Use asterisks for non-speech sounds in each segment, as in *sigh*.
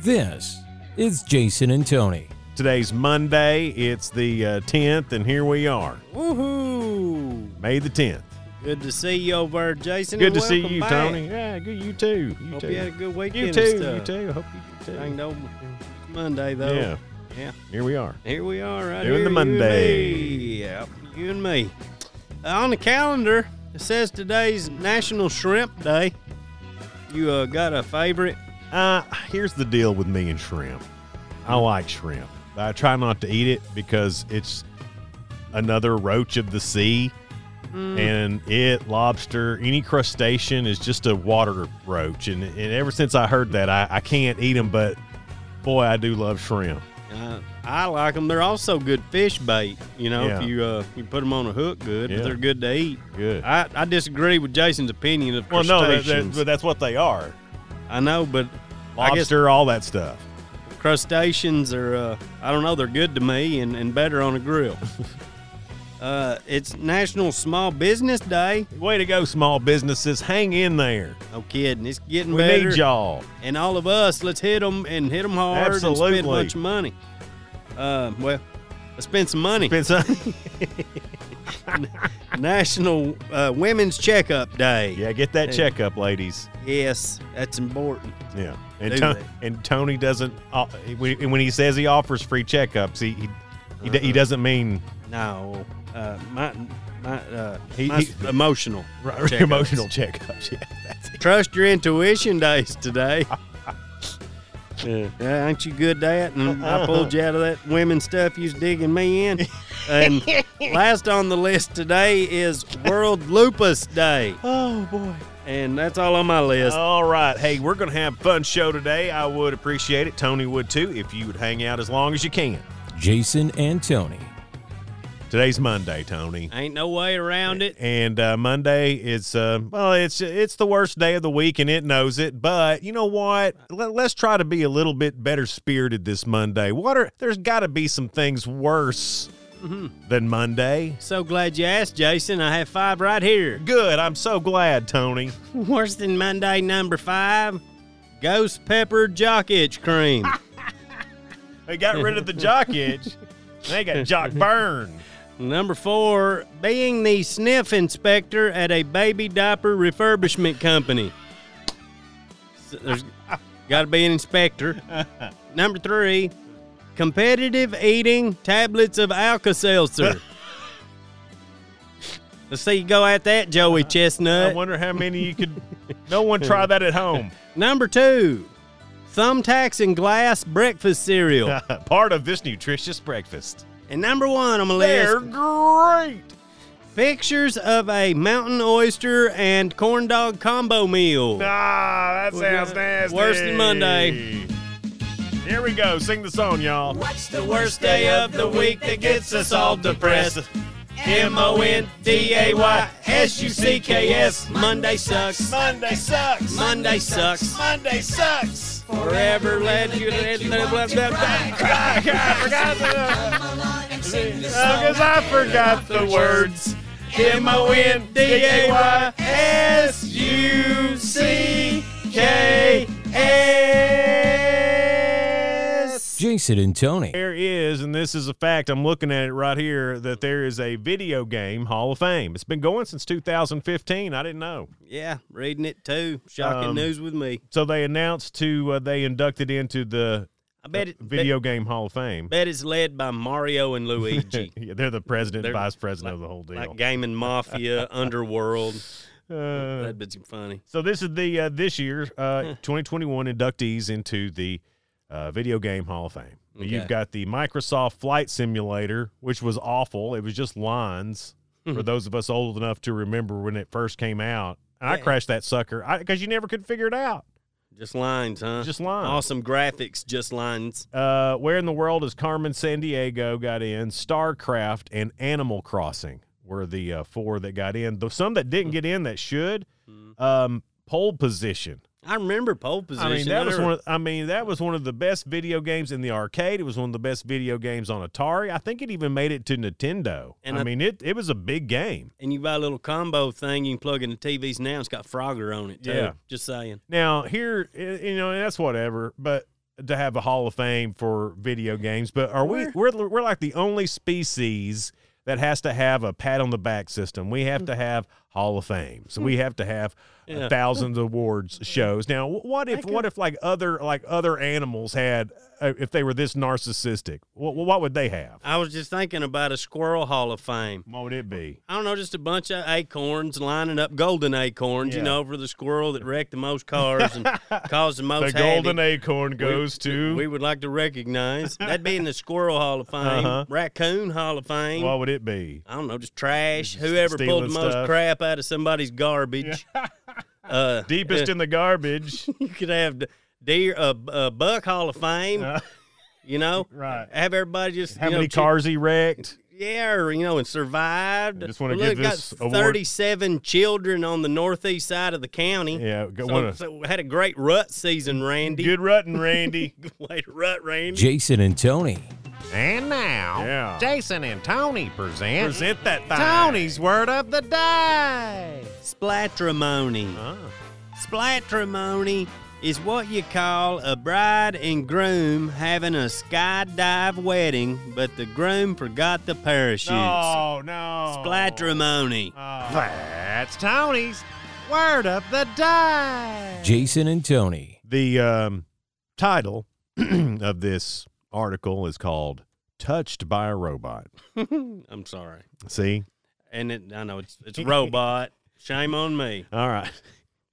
This is Jason and Tony. Today's Monday. It's the uh, 10th, and here we are, Woohoo! May the 10th. Good to see you over, Jason. Good and to see welcome you, back. Tony. Yeah, good. You too. You Hope too. you had a good weekend. you and too. You stuff. too. I hope you too. Dang, no Monday though. Yeah, Yeah. here we are. Here we are, right Doing here, the Monday. You and me. Yep, you and me. Uh, on the calendar, it says today's National Shrimp Day. You uh, got a favorite? Uh, here's the deal with me and shrimp. I Hmm. like shrimp. I try not to eat it because it's another roach of the sea, Hmm. and it lobster, any crustacean is just a water roach. And, and ever since I heard that, I, I can't eat them. But boy, I do love shrimp. Uh, I like them. They're also good fish bait. You know, Yeah. if you uh, you put them on a hook, good. Yeah. But they're good to eat. Good. I, I disagree with Jason's opinion of well, no, that, that, crustaceans. but that's what they are. I know, but I guess Lobster, all that stuff. crustaceans are uh, i don't know they're good to me and, and better on *laughs* a grill uh, it's national small business day Way to go, small businesses. Hang in there. no kidding it's getting We better need y'all. and all of us let's hit them and hit them hard and spend a Absolutely. bunch of money uh, well let's spend some money Been some- *laughs* national uh, women's checkup day *laughs* yeah, get that Hey. checkup, ladies. yes that's important Yeah, and Do Tony, they? and Tony doesn't. Uh, when, and when he says he offers free checkups, he he, he, d- he doesn't mean no uh, my, my, uh, He- my he- emotional *laughs* checkups. emotional checkups. *laughs* Yeah, that's it. Trust your intuition days today. *laughs* Yeah, ain't you good, Dad? And I pulled you out of that women stuff you was digging me in. *laughs* And last on the list today is World Lupus Day, Oh boy. and that's all on my list. All right. Hey, we're gonna have a fun show today. I would appreciate it. Tony would too if you would hang out as long as you can. Jason and Tony. Today's Monday, Tony. Ain't no way around it. And uh, Monday is uh, well, it's it's the worst day of the week, and it knows it. But you know what? Let, let's try to be a little bit better spirited this Monday. What are there's got to be some things worse than Monday. So glad you asked, Jason. I have five right here. Good. I'm so glad, Tony. Worse than Monday number five, Ghost Pepper Jock Itch Cream. They got rid of the jock itch. They got jock burn. Number four, being the sniff inspector at a baby diaper refurbishment company. So There's got to be an inspector. Number three, competitive eating tablets of Alka Seltzer. Let's see you go at that, Joey I Chestnut. wonder how many you could. No one try that at home. Number two, thumbtacks and glass breakfast cereal. Part of this nutritious breakfast. and number one on my They're list, great. pictures of a mountain oyster and corn dog combo meal. Ah, that sounds nasty. Worse than Monday. Here we go. Sing the song, y'all. It's the worst day of the week that gets us all depressed. M O N D A Y S U C K S. Monday sucks. Monday sucks. Monday sucks. Monday sucks. Forever led you to. Ah, I, forgot the Because I forgot the words. M O N D A Y S U C K S. Jason and Tony. There is, and this is a fact, I'm looking at it right here, that there is a video game Hall of Fame. It's been going since 2015. I didn't know. Yeah, reading it too. Shocking Um, news with me. So they announced to, uh, they inducted into the I bet it. Video Game Hall of Fame. Bet, bet it's led by Mario *laughs* and Luigi. yeah, they're the president, They're vice president of the whole deal. Like *laughs* gaming mafia, underworld. Uh, That'd been funny. so this is the, uh, this year, uh, 2021 inductees into the uh, Video Game Hall of Fame. You've Okay. got the Microsoft Flight Simulator, which was awful. It was just lines Hmm. for those of us old enough to remember when it first came out. And I Yeah. crashed that sucker because you never could figure it out. Just lines, huh? Just lines. Awesome graphics, just lines. Uh, Where in the world is Carmen San Diego got in? StarCraft and Animal Crossing were the uh, four that got in. Though some that Hmm. didn't get in that should. Um, pole position. I remember pole position. I mean that was never- one. Of, I mean that was one of the best video games in the arcade. It was one of the best video games on Atari. I think it even made it to Nintendo. And I I- mean it. It was a big game. and you buy a little combo thing, you can plug in the TVs now. It's got Frogger on it too. Yeah. Just saying. Now here, i- you know that's whatever. But to have a Hall of Fame for video games, but are we? We're we're like the only species that has to have a pat on the back system. We have to have Hall of Fames. We have to have uh, Yeah. thousands of *laughs* awards shows. Now, wh- what if what if like other like other animals had uh, if they were this narcissistic? What what would they have? I was just thinking about a squirrel hall of fame. What would it be? I don't know, just a bunch of acorns lining up, golden acorns, Yeah. you know, for the squirrel that wrecked the most *laughs* cars and caused the The most golden havoc. acorn goes to. we would like to recognize that'd be in the squirrel hall of fame, *laughs* Uh-huh. raccoon hall of fame. what would it *laughs* be? I don't know, just trash. Whoever pulled the stealing most stuff. crap out of somebody's garbage. uh, Deepest in the garbage. *laughs* you could have the deer, a a buck hall of fame. Uh, you know, right. Have everybody just How you know, many check- cars he wrecked? Yeah, or you know, and survived. I just wanna Look, give this got award- Thirty-seven children on the northeast side of the county. Yeah, go- so, wanna- so had a great rut season, Randy. *laughs* good rutting, Randy. Way to rut, Randy. Jason and Tony. And now, Yeah. Jason and Tony *laughs* present, Present that thing. Tony's word of the day. Splatrimony. Ah. Splatrimony is what you call a bride and groom having a skydive wedding, but the groom forgot the parachutes. Oh no. Splatrimony. Oh. That's Tony's word of the day. Jason and Tony. The um, title *clears throat* of this article is called "Touched by a Robot." I'm sorry. See. And it, I know it's *laughs* it's robot. Shame on me. All *laughs* right.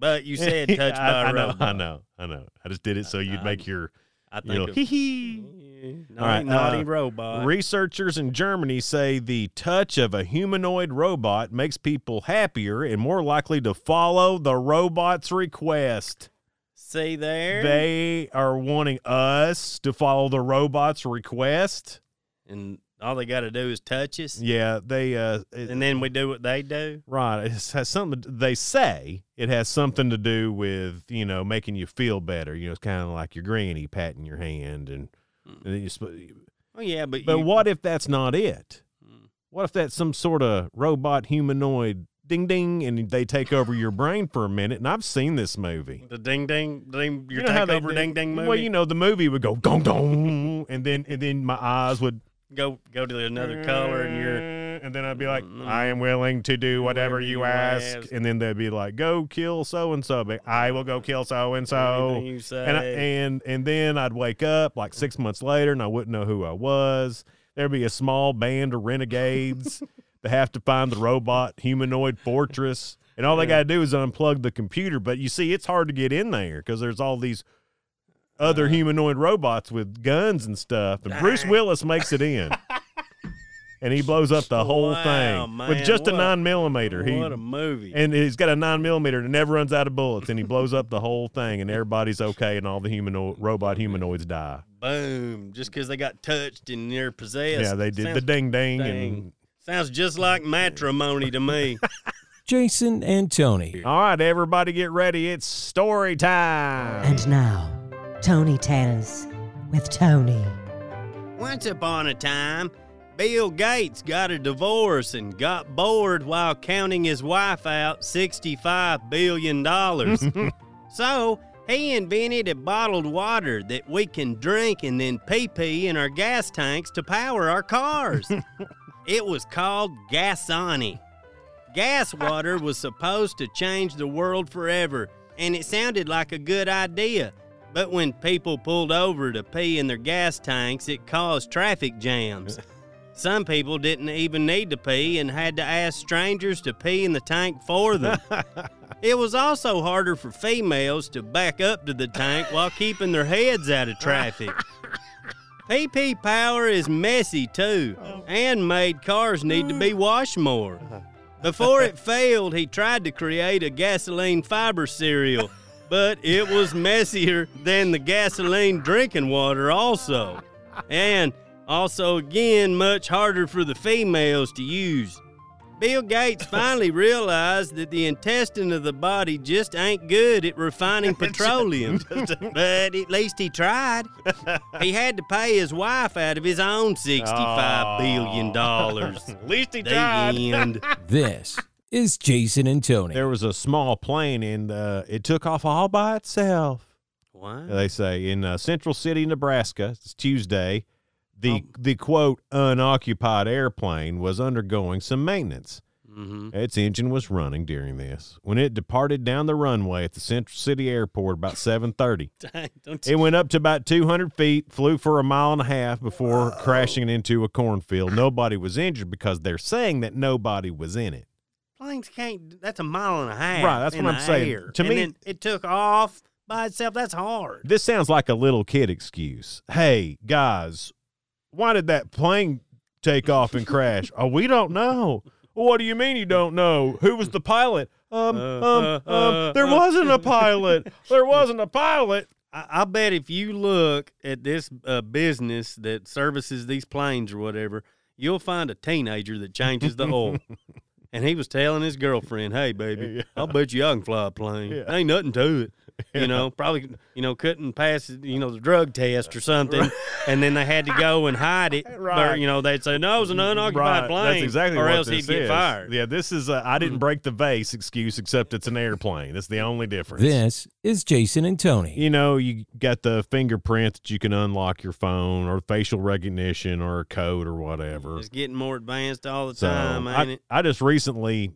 But you said touched *laughs* I, by a I know, robot. I know. I know. I just did it so Uh, you'd make your I you know, think hee of, hee. naughty, All right, naughty uh, robot. Researchers in Germany say the touch of a humanoid robot makes people happier and more likely to follow the robot's request. See there? They are wanting us to follow the robot's request. and all they got to do is touch us, Yeah, they uh it- and then we do what they do. right, it has something they say it has something to do with, you know, making you feel better. You know, it's kind of like your granny patting your hand and, and you sp- Oh yeah, but But you, Hmm. what if that's not it? What if that's some sort of robot humanoid ding ding and they take over your brain for a minute? And I've seen this movie. The ding ding ding your You know how they takeover do- ding ding movie. Well, you know, the movie would go dong dong and then and then my eyes would go go to another color and you're and then I'd be like, I am Mm. willing to do whatever you ask. And then they'd be like, Go kill so and so. I will go kill so and so. Everything you say. And I, and and then I'd wake up like six months later, and I wouldn't know who I was. There'd be a small band of *laughs* renegades that have to find the robot humanoid fortress, and all they got to do is unplug the computer. But you see, it's hard to get in there because there's all these other humanoid robots with guns and stuff. And Bruce Willis makes it *laughs* in. And he blows up the whole Wow, thing man, with just a what a- nine millimeter. He what a movie. and he's got a nine millimeter and never runs out of bullets, and he blows up the whole thing, and everybody's okay, and all the humano- robot humanoids die. Boom! Just because they got touched and they're possessed. yeah, they did sounds, the ding ding, dang. Sounds just like matrimony to me. Jason and Tony. and all right, everybody, get ready. It's story time. And now, Tony Tells with Tony. Once upon a time, Bill Gates got a divorce and got bored while counting his wife out $65 billion. so he invented a bottled water that we can drink and then pee pee in our gas tanks to power our cars. it was called Gasani. Gas water was supposed to change the world forever, and it sounded like a good idea. But when people pulled over to pee in their gas tanks, it caused traffic jams. Some people didn't even need to pee and had to ask strangers to pee in the tank for them. it was also harder for females to back up to the tank while keeping their heads out of traffic. PP power is messy too, and made cars need to be washed more. Before it failed, he tried to create a gasoline fiber cereal, but it was messier than the gasoline drinking water, also. And also, again, much harder for the females to use. Bill Gates finally realized that the intestine of the body just ain't good at refining petroleum, *laughs* but at least he tried. He had to pay his wife out of his own sixty-five billion dollars. At least *laughs* he The end. This is Jason and Tony. There was a small plane, and uh, it took off all by itself. *laughs* What? they say in uh, Central City, Nebraska. It's Tuesday. The the quote unoccupied airplane was undergoing some maintenance. mm-hmm. Its engine was running during this. When it departed down the runway at the Central City Airport about 7:30, Don't it went up to about 200 feet, flew for a mile and a half before crashing into a cornfield. Nobody was injured because they're saying that nobody was in it. planes can't. That's a mile and a half. Right, that's in what I'm the saying. air. To And me- then it took off by itself. That's hard. This sounds like a little kid excuse. Hey, guys, why did that plane take off and crash? oh, we don't know. What do you mean you don't know? Who was the pilot? Um, Uh, um, uh, um, uh, there uh. wasn't a pilot. There wasn't a pilot. I, I bet if you look at this uh, business that services these planes or whatever, you'll find a teenager that changes *laughs* the oil. And he was telling his girlfriend, "Hey, baby, Yeah. I'll bet you I can fly a plane. Yeah. Ain't nothing to it, you know. Probably, you know, couldn't pass, you know, the drug test or something, and then they had to go and hide it. *laughs* Or, Right. you know, they'd say no, it was an unoccupied plane. That's exactly or what else this he'd get is. fired. Yeah, this is I I didn't break the vase excuse, except it's an airplane. That's the only difference. This is Jason and Tony. you know, you got the fingerprint that you can unlock your phone or facial recognition or a code or whatever. It's getting more advanced all the So time, ain't I, Um, it? I just recently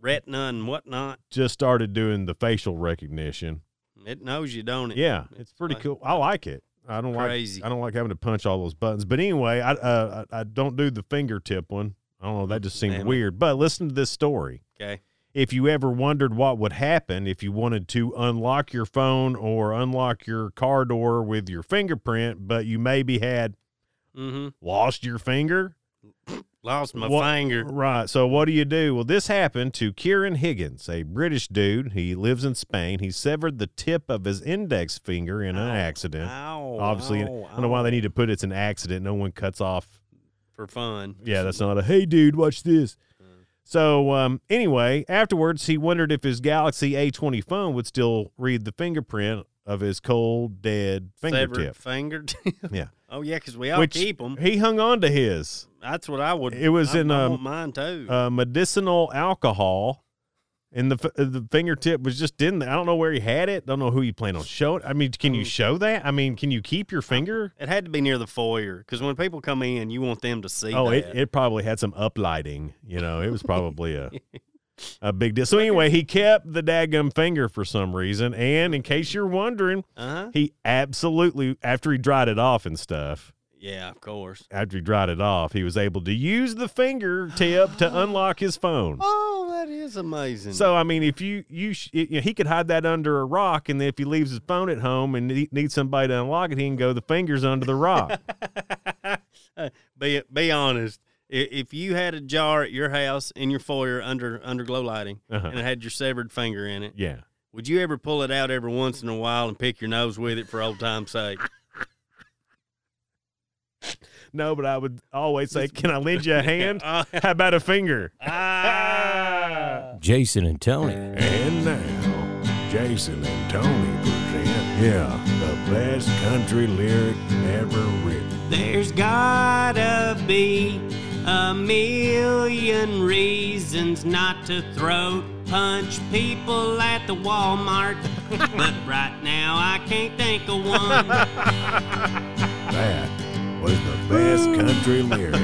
Retina and whatnot. just started doing the facial recognition. It knows you, don't it? Yeah, it's pretty like- cool. I like it. I don't Crazy. like I don't like having to punch all those buttons. But anyway, I uh, I I don't do the fingertip one. I don't know. That just seemed Damn it. weird. But listen to this story. Okay. if you ever wondered what would happen if you wanted to unlock your phone or unlock your car door with your fingerprint, but you maybe had Mm-hmm. lost your finger. Lost my What- finger. Right. So, what do you do? Well, this happened to Kieran Higgins, a British dude. He lives in Spain. He severed the tip of his index finger in an Ow. accident. Ow, Obviously, ow, I don't know why ow. they need to put it's an accident. No one cuts off for fun. Yeah, that's not a hey, dude, watch this. So, um, anyway, afterwards, he wondered if his Galaxy A20 phone would still read the fingerprint of his cold, dead Severed fingertip. fingertip. Yeah. *laughs* Oh yeah, because we all Which- keep them. He hung on to his That's what I would. It was I, in, I um, want mine too. uh, medicinal alcohol, and the f- uh, the fingertip was just in there. I don't know where he had it. Don't know who you plan on showing. I mean, can you show that? I mean, can you keep your finger? it had to be near the foyer because when people come in, you want them to see. Oh, it, that. it probably had some uplighting. You know, it was probably a a big deal. So anyway, he kept the daggum finger for some reason, and in case you're wondering, Uh huh. he absolutely after he dried it off and stuff. Yeah, of course. After he dried it off, he was able to use the fingertip to unlock his phone. Oh, that is amazing. *laughs* So I mean, if you you, sh- it, you know, he could hide that under a rock, and then if he leaves his phone at home and he needs somebody to unlock it, he can go the fingers under the rock. Uh, be be honest. I- If you had a jar at your house in your foyer under under glow lighting Uh-huh. and it had your severed finger in it, *laughs* Yeah. would you ever pull it out every once in a while and pick your nose with it for old time's sake? No, but I would always say, "Can I lend you a *laughs* hand? Ah. How about a finger?" Ah. Jason and Tony. And now, Jason and Tony present, yeah, the best country lyric ever written. There's gotta be a million reasons not to throat punch people at the *laughs* Walmart, but right now I can't think of one. That was the best country *laughs* lyric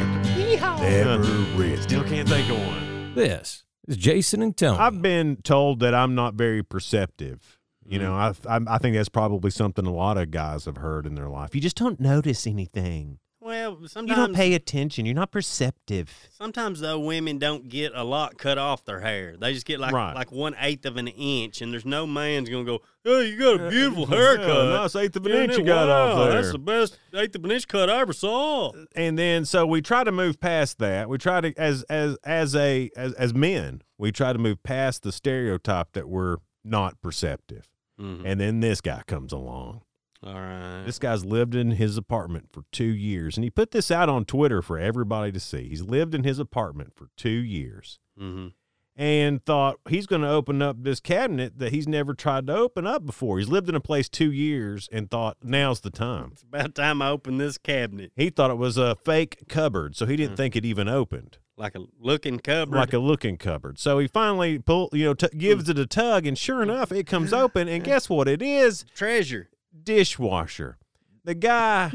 ever written. Still can't think of one. This is Jason and Tony. I've been told that I'm not very perceptive. You know, I, I I think that's probably something a lot of guys have heard in their life. You just don't notice anything. *laughs* Well, You don't sometimes pay attention. You're not perceptive. sometimes though women don't get a lot cut off their hair. They just get like Right. like one eighth of an inch, and there's no man's gonna go, "Hey, *laughs* you got a beautiful haircut." Yeah, nice eighth of an Yeah, inch that- you got off wow, there. That's the best eighth of an inch cut I ever saw. and then so we try to move past that. We try to as as as a as as men, we try to move past the stereotype that we're not perceptive. And then this guy comes along. All right. This guy's lived in his apartment for two years, and he put this out on Twitter for everybody to see. He's lived in his apartment for two years mm-hmm. and thought he's going to open up this cabinet that he's never tried to open up before. He's lived in a place two years and thought now's the time. It's about time I open this cabinet. He thought it was a fake cupboard, so he didn't think it even opened, Like a looking cupboard. like a looking cupboard. So he finally pull, you know, t- gives it a tug, and sure enough, it comes open. And guess what? It is treasure. dishwasher. The guy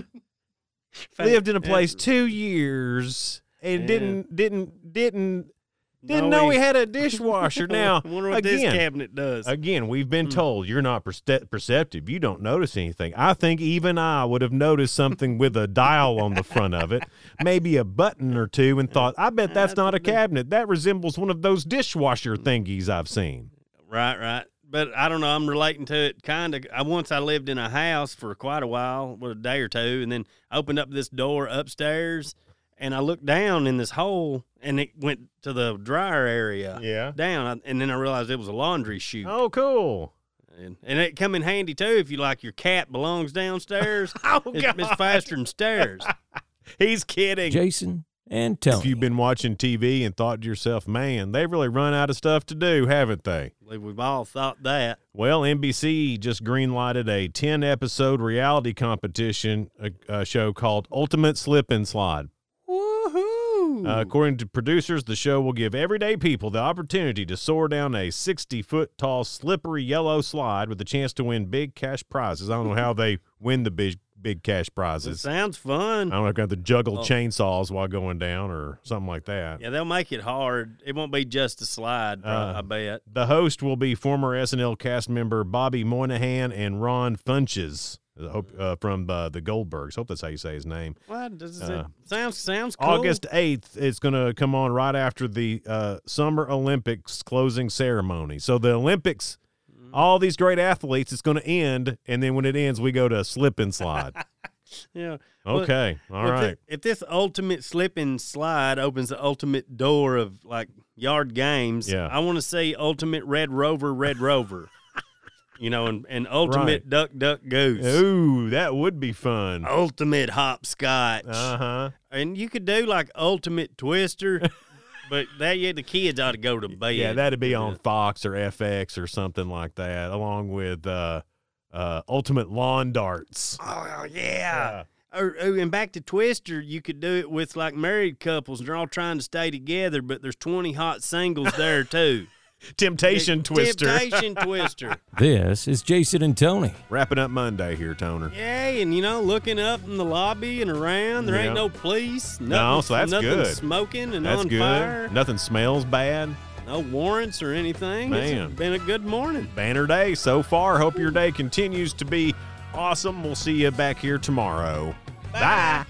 lived in a place two years and Yeah. didn't didn't didn't didn't No, know he- he had a *laughs* dishwasher. Now wonder what this again, cabinet does. again, we've been Hmm. told you're not perce- perceptive. You don't notice anything. I think even I would have noticed something with a dial on the front of it, *laughs* maybe a button or two, and thought, I bet that's not a cabinet. That resembles one of those Hmm. dishwasher thingies I've seen. Right, right. But I don't know. I'm relating to it kind of. I once I lived in a house for quite a while, what a day or two, and then opened up this door upstairs, and I looked down in this hole, and it went to the dryer area Yeah. down, and then I realized it was a laundry chute, Oh, cool. and, and it come in handy too if you like your cat belongs downstairs. *laughs* Oh, it's, it's faster than stairs. He's *laughs* kidding. Jason and Tony. If you've been watching TV and thought to yourself, man, they've really run out of stuff to do, haven't they? I believe We've all thought that. Well, NBC just greenlighted a 10 episode reality competition a, a show called Ultimate Slip and Slide. Woohoo! Uh, according to producers, the show will give everyday people the opportunity to soar down a 60 foot tall, slippery yellow slide with a chance to win big cash prizes. I don't know how they win the big, big cash it prizes. sounds I fun. don't know if they have to juggle Oh. chainsaws while going down or something like that. Yeah, they'll make it hard. It won't be just a slide, bro, Uh, I bet. The host will be former SNL cast member Bobby Moynihan and Ron Funches I hope, uh, from uh, the Goldbergs. Hope that's how you say his name. What does it Uh, sounds sounds cool. August 8th, it's going to come on right after the uh, Summer Olympics closing ceremony. So the Olympics, Mm-hmm. all these great athletes, it's going to end. And then when it ends, we go to slip and slide. Yeah. *laughs* Well, okay. All if right. thi- if this ultimate slip and slide opens the ultimate door of like yard games, Yeah. I want to see ultimate Red Rover, Red Rover. you know, and, and ultimate Right. duck duck goose. Ooh, that would be Oh. fun. Ultimate hopscotch. Uh huh. And you could do like ultimate twister, *laughs* but that yeah, the kids ought to go to bed. Yeah, that'd be on Fox or FX or something like that, along with uh, uh, Ultimate Lawn Darts. Oh yeah. Or, oh, and back to Twister, you could do it with like married couples, and they're all trying to stay together, but there's 20 hot singles *laughs* there too. Temptation Twister. Temptation Twister. This is Jason and Tony. *laughs* Wrapping up Monday here, Toner. Yay, and you know, looking up in the lobby and around, there Yeah. ain't no police. Nothing, No, so that's nothing good. smoking and That's on good. fire. Nothing smells bad. No warrants or anything. Man. It's been a good morning. Banner day so far. Hope your day continues to be awesome. We'll see you back here tomorrow. Bye.